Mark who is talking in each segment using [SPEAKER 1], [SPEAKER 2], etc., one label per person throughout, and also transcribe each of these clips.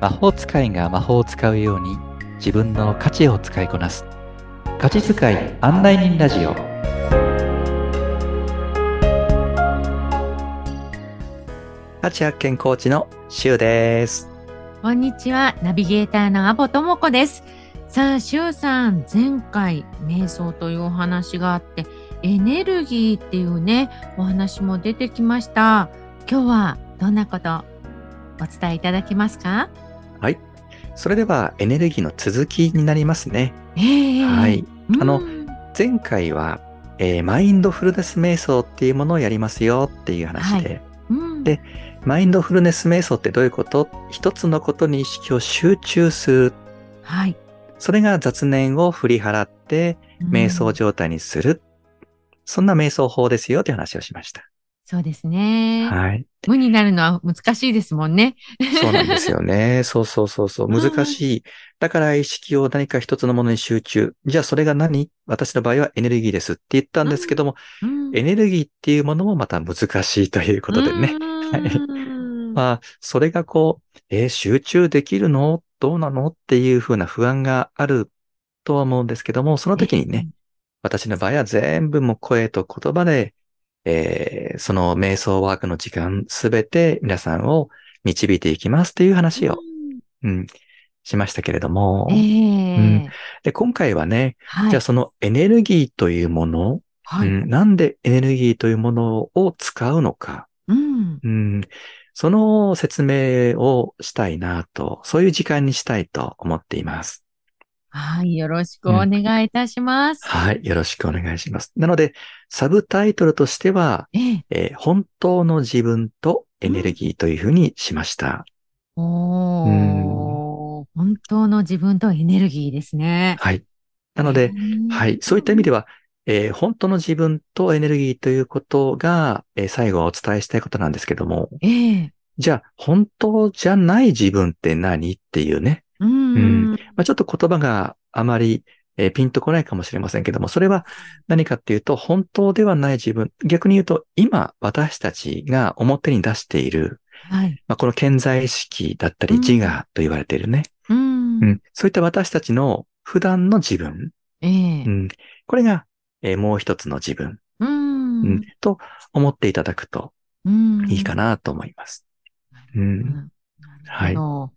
[SPEAKER 1] 魔法使いが魔法を使うように自分の価値を使いこなす価値使い案内人ラジオ価値発見コーチのしゅうです
[SPEAKER 2] こんにちは、ナビゲーターのアボともこです。さあ、しゅうさん、前回、瞑想というお話があって、エネルギーっていうね、お話も出てきました。今日はどんなことお伝えいただけますか
[SPEAKER 1] はいそれではエネルギーの続きになりますね
[SPEAKER 2] ええ
[SPEAKER 1] はい。あの
[SPEAKER 2] うん
[SPEAKER 1] 前回は、えーマインドフルネス瞑想っていうものをやりますよっていう話で、
[SPEAKER 2] うん、
[SPEAKER 1] でマインドフルネス瞑想ってどういうこと一つのことに意識を集中する
[SPEAKER 2] はい。
[SPEAKER 1] それが雑念を振り払って
[SPEAKER 2] うん
[SPEAKER 1] 瞑想状態にする。そんな瞑想法ですよという話をしました。
[SPEAKER 2] そうですね。
[SPEAKER 1] はい。
[SPEAKER 2] 無になるのは難しいですもんね。
[SPEAKER 1] そうなんですよね。 そうそうそうそう。難しい。だから意識を何か一つのものに集中。じゃあそれが何私の場合はエネルギーですって言ったんですけども、
[SPEAKER 2] うん
[SPEAKER 1] エネルギーっていうものもまた難しいということでね。
[SPEAKER 2] うん
[SPEAKER 1] まあ、それがこう、えー集中できるのどうなのっていうふうな不安があるとは思うんですけども、その時にね、私の場合は全部もう声と言葉で、えーその瞑想ワークの時間すべて皆さんを導いていきますという話を、うん、しましたけれども、
[SPEAKER 2] ええ
[SPEAKER 1] うんで、今回はね、
[SPEAKER 2] はい
[SPEAKER 1] じゃあそのエネルギーというもの、
[SPEAKER 2] はい。
[SPEAKER 1] うん、なんでエネルギーというものを使うのか、
[SPEAKER 2] うん
[SPEAKER 1] うん、その説明をしたいなと、そういう時間にしたいと思っています。
[SPEAKER 2] はい、よろしくお願いいたします。
[SPEAKER 1] はい、よろしくお願いします。なので、サブタイトルとしては、
[SPEAKER 2] ええ、
[SPEAKER 1] えー本当の自分とエネルギーというふうにしました。
[SPEAKER 2] おー、本当の自分とエネルギーですね。
[SPEAKER 1] はい。なので、
[SPEAKER 2] うん
[SPEAKER 1] はい。そういった意味では、えー本当の自分とエネルギーということが、えー最後はお伝えしたいことなんですけども、
[SPEAKER 2] ええ、
[SPEAKER 1] じゃあ、本当じゃない自分って何っていうね。
[SPEAKER 2] うん、
[SPEAKER 1] うんまあ、ちょっと言葉があまり、えーピンとこないかもしれませんけども、それは何かっていうと、本当ではない自分。逆に言うと、今、私たちが表に出している、
[SPEAKER 2] はい。
[SPEAKER 1] まあ、この健在意識だったり
[SPEAKER 2] うん
[SPEAKER 1] 自我と言われているね。
[SPEAKER 2] うん
[SPEAKER 1] うん、そういった私たちの普段の自分。
[SPEAKER 2] ええ
[SPEAKER 1] う、ん、これが、えーもう一つの自分、
[SPEAKER 2] うん
[SPEAKER 1] うんと思っていただくと
[SPEAKER 2] うん
[SPEAKER 1] いいかなと思います。うん
[SPEAKER 2] うんなるほど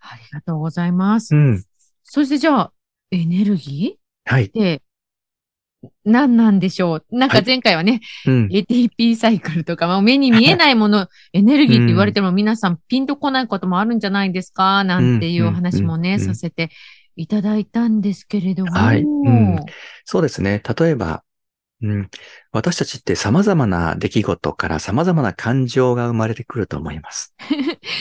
[SPEAKER 2] ありがとうございます。
[SPEAKER 1] うん。
[SPEAKER 2] そしてじゃあ、エネルギ
[SPEAKER 1] はい
[SPEAKER 2] ーっ。て何なんでしょうな
[SPEAKER 1] は
[SPEAKER 2] んか
[SPEAKER 1] い
[SPEAKER 2] 前回はね、
[SPEAKER 1] うん。
[SPEAKER 2] ATP サイクルとか、まあ、目に見えない もの、エネルギーって言われても皆さんピンとこないこともあるんじゃないですかなんていうお話も
[SPEAKER 1] うん
[SPEAKER 2] ね、
[SPEAKER 1] うんうんうん
[SPEAKER 2] させていただいたんですけれども。
[SPEAKER 1] はいうんそうですね。例えば、うん、私たちって様々な出来事から様々な感情が生まれてくると思います。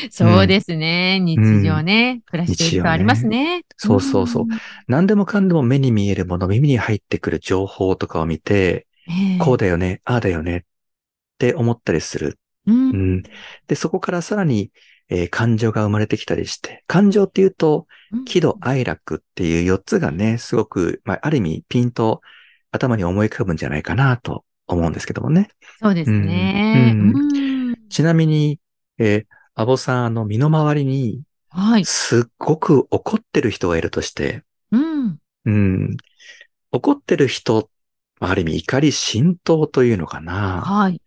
[SPEAKER 2] そうですね。日常ね、暮らしているとありますね。
[SPEAKER 1] そうそうそう。何でもかんでも目に見えるもの、耳に入ってくる情報とかを見て、こう
[SPEAKER 2] で、
[SPEAKER 1] だよね、ああだよねって思ったりする。
[SPEAKER 2] う
[SPEAKER 1] うんん、で、そこからさらに、えー感情が生まれてきたりして、感情っていうと、喜怒哀楽っていう4つがね、すごく、まあ、ある意味ピンと頭に思い浮かぶんじゃないかなと思うんですけどもね。
[SPEAKER 2] そうですね。
[SPEAKER 1] うん
[SPEAKER 2] うん
[SPEAKER 1] ちなみに、えーアボさん、あの、身の回りに、
[SPEAKER 2] はい。
[SPEAKER 1] すっごく怒ってる人がいるとして、
[SPEAKER 2] うん
[SPEAKER 1] うん、怒ってる人、まあある意味怒り浸透というのかな。
[SPEAKER 2] はい。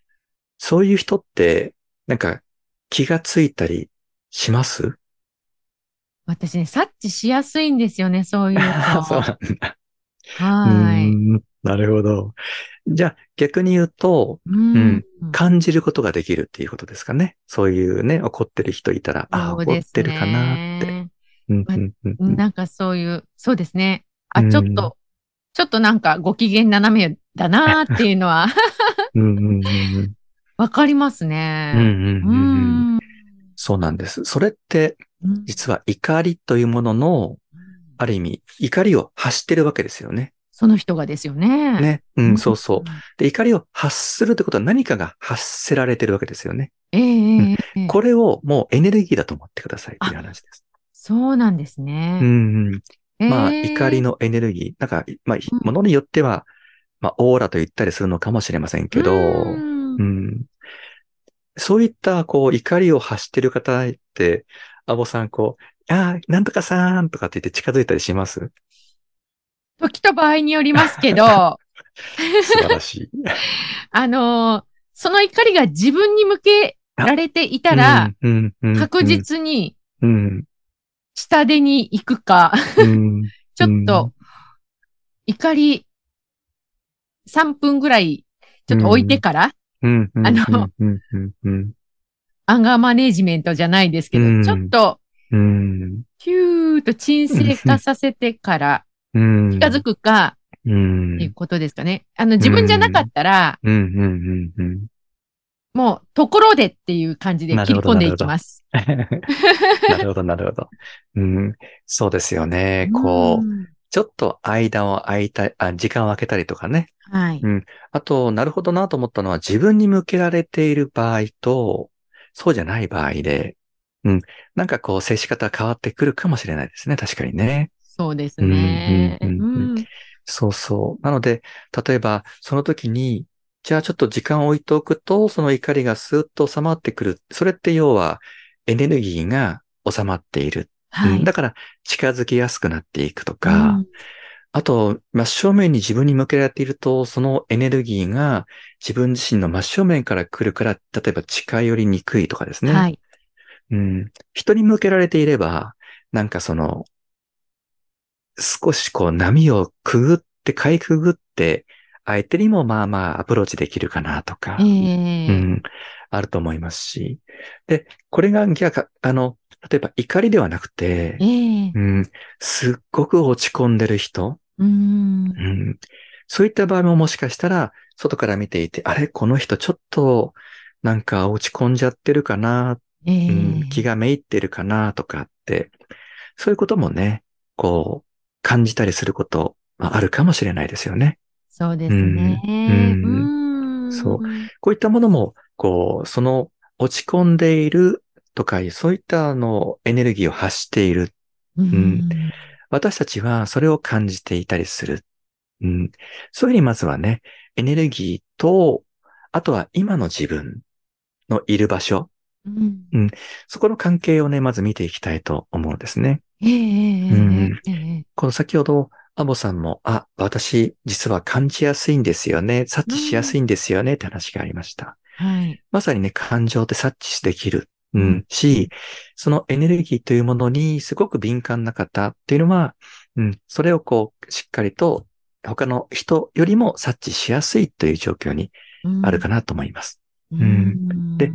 [SPEAKER 1] そういう人って、なんか、気がついたりします
[SPEAKER 2] 私ね、察知しやすいんですよね、そういう の。
[SPEAKER 1] そうなんだ。
[SPEAKER 2] は
[SPEAKER 1] う
[SPEAKER 2] い。
[SPEAKER 1] ーんなるほど。じゃあ、逆に言うと、
[SPEAKER 2] うん
[SPEAKER 1] 感じることができるっていうことですかね。そういうね、怒ってる人いたら、あ、
[SPEAKER 2] そう
[SPEAKER 1] 怒
[SPEAKER 2] で
[SPEAKER 1] っ
[SPEAKER 2] す
[SPEAKER 1] てるかなって。
[SPEAKER 2] ね
[SPEAKER 1] うんうんうんうん
[SPEAKER 2] なんかそういう、そうですね。あ、
[SPEAKER 1] うん
[SPEAKER 2] ちょっと、ちょっとなんかご機嫌斜めだなーっていう のは
[SPEAKER 1] うんうんうん
[SPEAKER 2] わかります
[SPEAKER 1] うんう
[SPEAKER 2] ね。
[SPEAKER 1] んうんうん
[SPEAKER 2] う
[SPEAKER 1] うん
[SPEAKER 2] ん。
[SPEAKER 1] そうなんです。それって、
[SPEAKER 2] うん
[SPEAKER 1] 実は怒りというものの、ある意味、怒りを発してるわけですよね。
[SPEAKER 2] その人がですよね。
[SPEAKER 1] ね。う、
[SPEAKER 2] うん
[SPEAKER 1] そうそう。。で、怒りを発するってことは何かが発せられてるわけですよね。
[SPEAKER 2] ええええええ
[SPEAKER 1] これをもうエネルギーだと思ってくださいっていう話です。
[SPEAKER 2] そうなんです
[SPEAKER 1] う
[SPEAKER 2] ね。
[SPEAKER 1] んうん。まあ、
[SPEAKER 2] ええ
[SPEAKER 1] 怒りのエネルギー。なんか、まあ
[SPEAKER 2] うん、
[SPEAKER 1] ものによっては、まあ、オーラと言ったりするのかもしれませんけど、
[SPEAKER 2] う
[SPEAKER 1] うんん。そういった、こう、怒りを発してる方って、アボさん、こう、ああ、なんとかさーんとかって言って近づいたりします
[SPEAKER 2] 時と場合によりますけど、 あ
[SPEAKER 1] 素晴らしい。
[SPEAKER 2] のーその怒りが自分に向けられていたら、
[SPEAKER 1] うん、うん
[SPEAKER 2] 確。実に
[SPEAKER 1] うん、
[SPEAKER 2] 下手に行くか、
[SPEAKER 1] うん。
[SPEAKER 2] ちょっと怒り3分ぐらいちょっと置いてから、
[SPEAKER 1] うん、うん。
[SPEAKER 2] あの
[SPEAKER 1] うん、うん、うん。
[SPEAKER 2] アンガーマネジメントじゃないですけど、
[SPEAKER 1] うん
[SPEAKER 2] ちょっと
[SPEAKER 1] うん。
[SPEAKER 2] キューッと沈静化させてから
[SPEAKER 1] うん。
[SPEAKER 2] 近づくか
[SPEAKER 1] うん。う、
[SPEAKER 2] っていうんことですかね。あの自分じゃなかったら、
[SPEAKER 1] うん、うん、うん。
[SPEAKER 2] もうところでっていう感じで切り込んでいきます。
[SPEAKER 1] なるほど、なるほど。うん、そうですよね。こう、
[SPEAKER 2] ん
[SPEAKER 1] ちょっと間を空いたり、あ、時間を空けたりとかね。
[SPEAKER 2] はい。
[SPEAKER 1] あと、なるほどなと思ったのは自分に向けられている場合と、そうじゃない場合で、うん。なんかこう、接し方変わってくるかもしれないですね。確かにね。
[SPEAKER 2] そうですね。
[SPEAKER 1] うんうんうん
[SPEAKER 2] うん
[SPEAKER 1] そうそう。なので、例えば、その時に、じゃあちょっと時間を置いておくと、その怒りがスーッと収まってくる。それって要は、エネルギーが収まっている。
[SPEAKER 2] は
[SPEAKER 1] うん
[SPEAKER 2] い。
[SPEAKER 1] だから、近づきやすくなっていくとか、あと、真正面に自分に向けられていると、そのエネルギーが自分自身の真正面から来るから、例えば近寄りにくいとかです
[SPEAKER 2] うん
[SPEAKER 1] ね。
[SPEAKER 2] はい。
[SPEAKER 1] うん。人に向けられていれば、なんかその、少しこう波をくぐって、かいくぐって、相手にもまあまあアプローチできるかなとか、
[SPEAKER 2] え
[SPEAKER 1] う
[SPEAKER 2] え。
[SPEAKER 1] ん、あると思いますし。で、これが逆、あの、例えば怒りではなくて、
[SPEAKER 2] ええ。
[SPEAKER 1] うん、すっごく落ち込んでる人、
[SPEAKER 2] うん
[SPEAKER 1] うん、そういった場合ももしかしたら、外から見ていて、あれ、この人ちょっと、なんか落ち込んじゃってるかな
[SPEAKER 2] ええ
[SPEAKER 1] うん気がめいってるかなとかって、そういうこともね、こう、感じたりすること、まああるかもしれないですよね。
[SPEAKER 2] そうですね。
[SPEAKER 1] うんう
[SPEAKER 2] うん
[SPEAKER 1] そうこういったものも、こう、その落ち込んでいるとか、そういったあのエネルギーを発している。
[SPEAKER 2] うん
[SPEAKER 1] 私たちはそれを感じていたりする。うん、そういうふうにまずはね、エネルギーと、あとは今の自分のいる場所、
[SPEAKER 2] うん
[SPEAKER 1] そこの関係をね、まず見ていきたいと思うんですね。
[SPEAKER 2] ええ
[SPEAKER 1] うん
[SPEAKER 2] ええ
[SPEAKER 1] この先ほど、アボさんも、あ、私、実は感じやすいんですよね。察知しやすいんですよね。って話がありました。
[SPEAKER 2] はい。
[SPEAKER 1] まさにね、感情って察知できる。う
[SPEAKER 2] うんん。
[SPEAKER 1] し、そのエネルギーというものにすごく敏感な方っていうのは、うん、それをこう、しっかりと他の人よりも察知しやすいという状況にあるかなと思います。
[SPEAKER 2] うん
[SPEAKER 1] で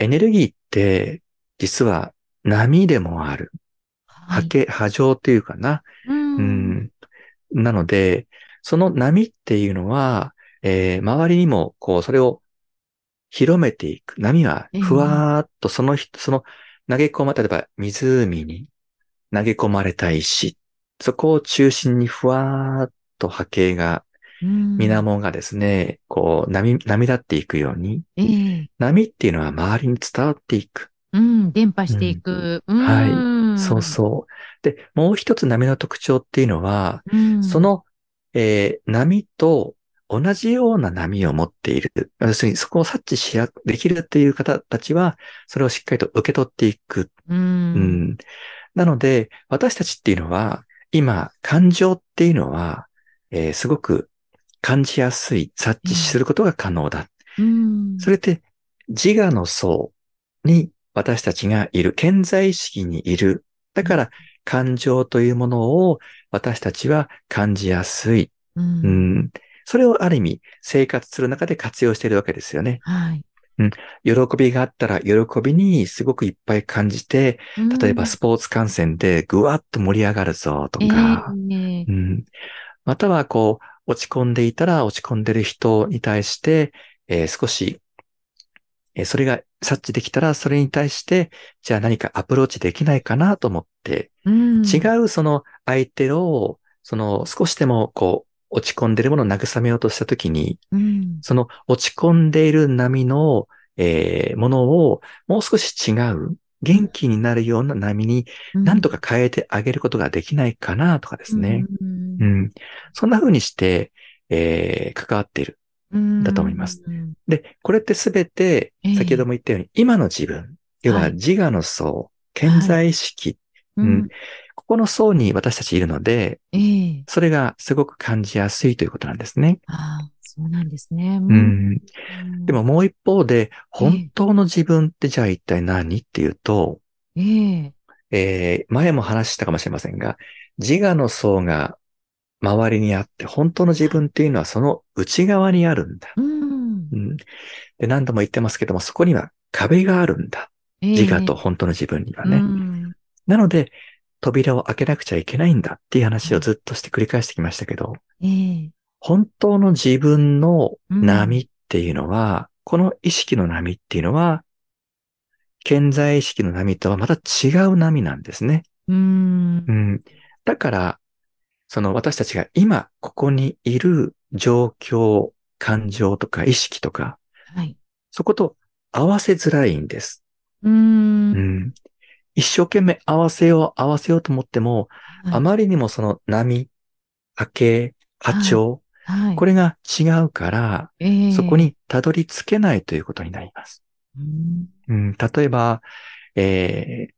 [SPEAKER 1] エネルギーって、実は波でもある。
[SPEAKER 2] は
[SPEAKER 1] 波
[SPEAKER 2] い
[SPEAKER 1] 形、波状というかな。
[SPEAKER 2] う
[SPEAKER 1] うんん。なので、その波っていうのは、えー周りにも、こう、それを広めていく。波は
[SPEAKER 2] ええ、
[SPEAKER 1] ふわーっと、その人、その、投げ込ま、例えば、湖に投げ込まれた石。そこを中心にふわーっと波形が、
[SPEAKER 2] うん
[SPEAKER 1] 水面がですね、こう、波、波立っていくように、
[SPEAKER 2] ええ
[SPEAKER 1] 波っていうのは周りに伝わっていく。
[SPEAKER 2] うん伝播していく。
[SPEAKER 1] はい
[SPEAKER 2] い
[SPEAKER 1] そうそう。で、もう一つ波の特徴っていうのは、
[SPEAKER 2] うん。
[SPEAKER 1] その、えー波と同じような波を持っている。要するにそこを察知しや、できるっていう方たちは、それをしっかりと受け取っていく。う
[SPEAKER 2] う。
[SPEAKER 1] んん。なので、私たちっていうのは、今、感情っていうのは、えーすごく感じやすい、察知することが可能だ。
[SPEAKER 2] うん
[SPEAKER 1] それって、自我の層に私たちがいる、健在意識にいる。だから、感情というものを私たちは感じやすい。
[SPEAKER 2] うん
[SPEAKER 1] うん。それをある意味、生活する中で活用しているわけですよね。
[SPEAKER 2] はい。
[SPEAKER 1] 喜びがあったら、喜びにすごくいっぱい感じて、例えばスポーツ観戦でぐわっと盛り上がるぞと
[SPEAKER 2] うん
[SPEAKER 1] か、
[SPEAKER 2] ええ
[SPEAKER 1] うん。または、こう、落ち込んでいたら、落ち込んでる人に対して、えー少し、えーそれが察知できたら、それに対して、じゃあ何かアプローチできないかなと思って、
[SPEAKER 2] うん
[SPEAKER 1] 違うその相手を、その少しでもこう落ち込んでるものを慰めようとしたときに、
[SPEAKER 2] うん
[SPEAKER 1] その落ち込んでいる波の、えーものをもう少し違う、元気になるような波に何とか変えてあげることができないかなとかですね。。
[SPEAKER 2] うん
[SPEAKER 1] うん。そんな風にして、えー関わっている。だと思います。
[SPEAKER 2] うん
[SPEAKER 1] で、これってすべて
[SPEAKER 2] ええ、
[SPEAKER 1] 先ほども言ったように、今の自分、要
[SPEAKER 2] は
[SPEAKER 1] はい自我の層、健在意識うん。ここの層に私たちいるので、
[SPEAKER 2] ええ
[SPEAKER 1] それがすごく感じやすいということなんですね。
[SPEAKER 2] ああ、そうなんですね。う
[SPEAKER 1] う。ん。
[SPEAKER 2] うん
[SPEAKER 1] でも、もう一方で、本当の自分ってじゃあ一体何っていうと、
[SPEAKER 2] ええ
[SPEAKER 1] えー前も話したかもしれませんが、自我の層が周りにあって、本当の自分っていうのはその内側にあるんだ。
[SPEAKER 2] うん
[SPEAKER 1] う。ん、で何度も言ってますけども、そこには壁があるんだ。自我と本当の自分には
[SPEAKER 2] ええ
[SPEAKER 1] ね。
[SPEAKER 2] うん
[SPEAKER 1] なので、扉を開けなくちゃいけないんだっていう話をずっとして繰り返してきましたけど、
[SPEAKER 2] ええ
[SPEAKER 1] 本当の自分の波っていうのは、この意識の波っていうのは、健在意識の波とはまた違う波なんですね。
[SPEAKER 2] うん
[SPEAKER 1] う。ん。だから、その私たちが今ここにいる状況、感情とか意識とか、
[SPEAKER 2] はい。
[SPEAKER 1] そこと合わせづらいんです。
[SPEAKER 2] う。
[SPEAKER 1] うんん。一生懸命合わせよう、合わせようと思っても、
[SPEAKER 2] はい
[SPEAKER 1] あまりにもその波、波形、波長、
[SPEAKER 2] はい。
[SPEAKER 1] これが違うから、
[SPEAKER 2] れ
[SPEAKER 1] そこ、にたどり着けないということになります。
[SPEAKER 2] うん
[SPEAKER 1] うん、例えば、えー、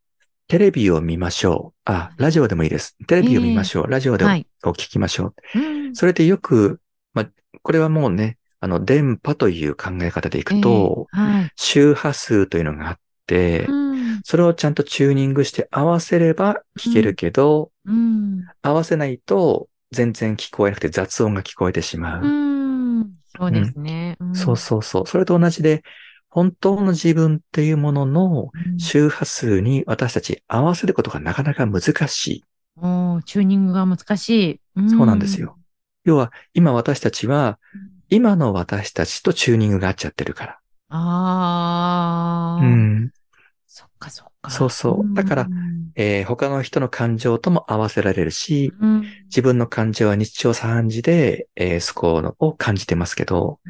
[SPEAKER 1] テレビを見ましょう。あ、ラジオでもいいです。テレビを見ましょう。ラジオでも
[SPEAKER 2] はい。
[SPEAKER 1] を聞きましょう。
[SPEAKER 2] うん
[SPEAKER 1] それでよく、まあ、これはもうね、あの、電波という考え方でいくと、
[SPEAKER 2] ええはい。
[SPEAKER 1] 周波数というのがあって、
[SPEAKER 2] うん
[SPEAKER 1] それをちゃんとチューニングして合わせれば聞けるけど、
[SPEAKER 2] うん。
[SPEAKER 1] 合わせないと全然聞こえなくて雑音が聞こえてしまう。
[SPEAKER 2] うん。そうですね。
[SPEAKER 1] そうそうそう。それと同じで、本当の自分っていうものの
[SPEAKER 2] うん。
[SPEAKER 1] 周波数に私たち合わせることがなかなか難しい。
[SPEAKER 2] おーチューニングが難しい。
[SPEAKER 1] そうなんですよ。要は、今私たちは、
[SPEAKER 2] うん。
[SPEAKER 1] 今の私たちとチューニングが合っちゃってるから。
[SPEAKER 2] あ
[SPEAKER 1] う
[SPEAKER 2] あ。。
[SPEAKER 1] ん。
[SPEAKER 2] そっかそっか。
[SPEAKER 1] そうそうだから
[SPEAKER 2] うん
[SPEAKER 1] えー他の人の感情とも合わせられるし、
[SPEAKER 2] うん
[SPEAKER 1] 自分の感情は日常茶飯事で、えーそこのを感じてますけど、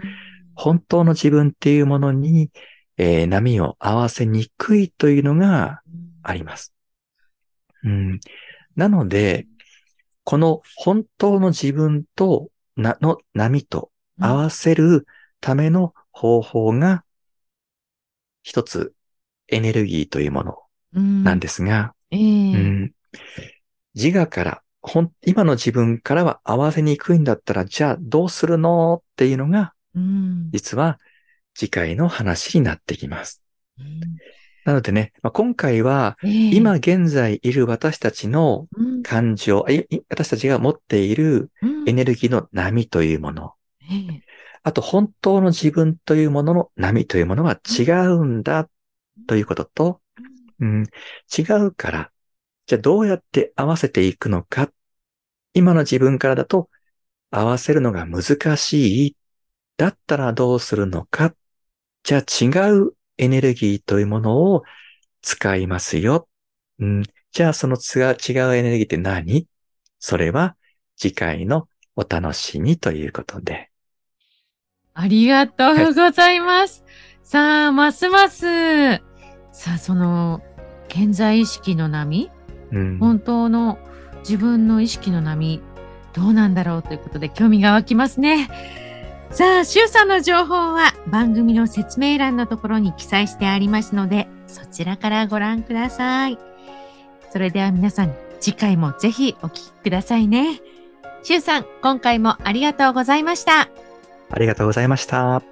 [SPEAKER 1] 本当の自分っていうものに、えー波を合わせにくいというのがあります。うん、なので、この本当の自分となの波と合わせるための方法が、一つエネルギーというもの
[SPEAKER 2] うん
[SPEAKER 1] なんですが、
[SPEAKER 2] え
[SPEAKER 1] う
[SPEAKER 2] え
[SPEAKER 1] ん、自我から、ほん今の自分からは合わせにくいんだったら、じゃあどうするのっていうのが、
[SPEAKER 2] うん
[SPEAKER 1] 実は次回の話になってきます。
[SPEAKER 2] うん
[SPEAKER 1] なのでね、まあ、今回は
[SPEAKER 2] ええ
[SPEAKER 1] 今現在いる私たちの
[SPEAKER 2] うん
[SPEAKER 1] 感情、いい私たちが持っている
[SPEAKER 2] うん
[SPEAKER 1] エネルギーの波というもの、
[SPEAKER 2] ええ
[SPEAKER 1] あと本当の自分というものの波というものは違うんだということと、うん、違うから、じゃあどうやって合わせていくのか、今の自分からだと合わせるのが難しい、だったらどうするのか、じゃあ違うエネルギーというものを使いますよ。うん、じゃあそのつが違うエネルギーって何それは次回のお楽しみということで。
[SPEAKER 2] ありがとうございます。さあ、ますます。さあ、その、健在意識の波、
[SPEAKER 1] うん、
[SPEAKER 2] 本当の自分の意識の波、どうなんだろうということで興味が湧きますね。さあ、シュウさんの情報は番組の説明欄のところに記載してありますので、そちらからご覧ください。それでは皆さん、次回もぜひお聞きくださいね。シュウさん、今回もありがとうございました。
[SPEAKER 1] ありがとうございました。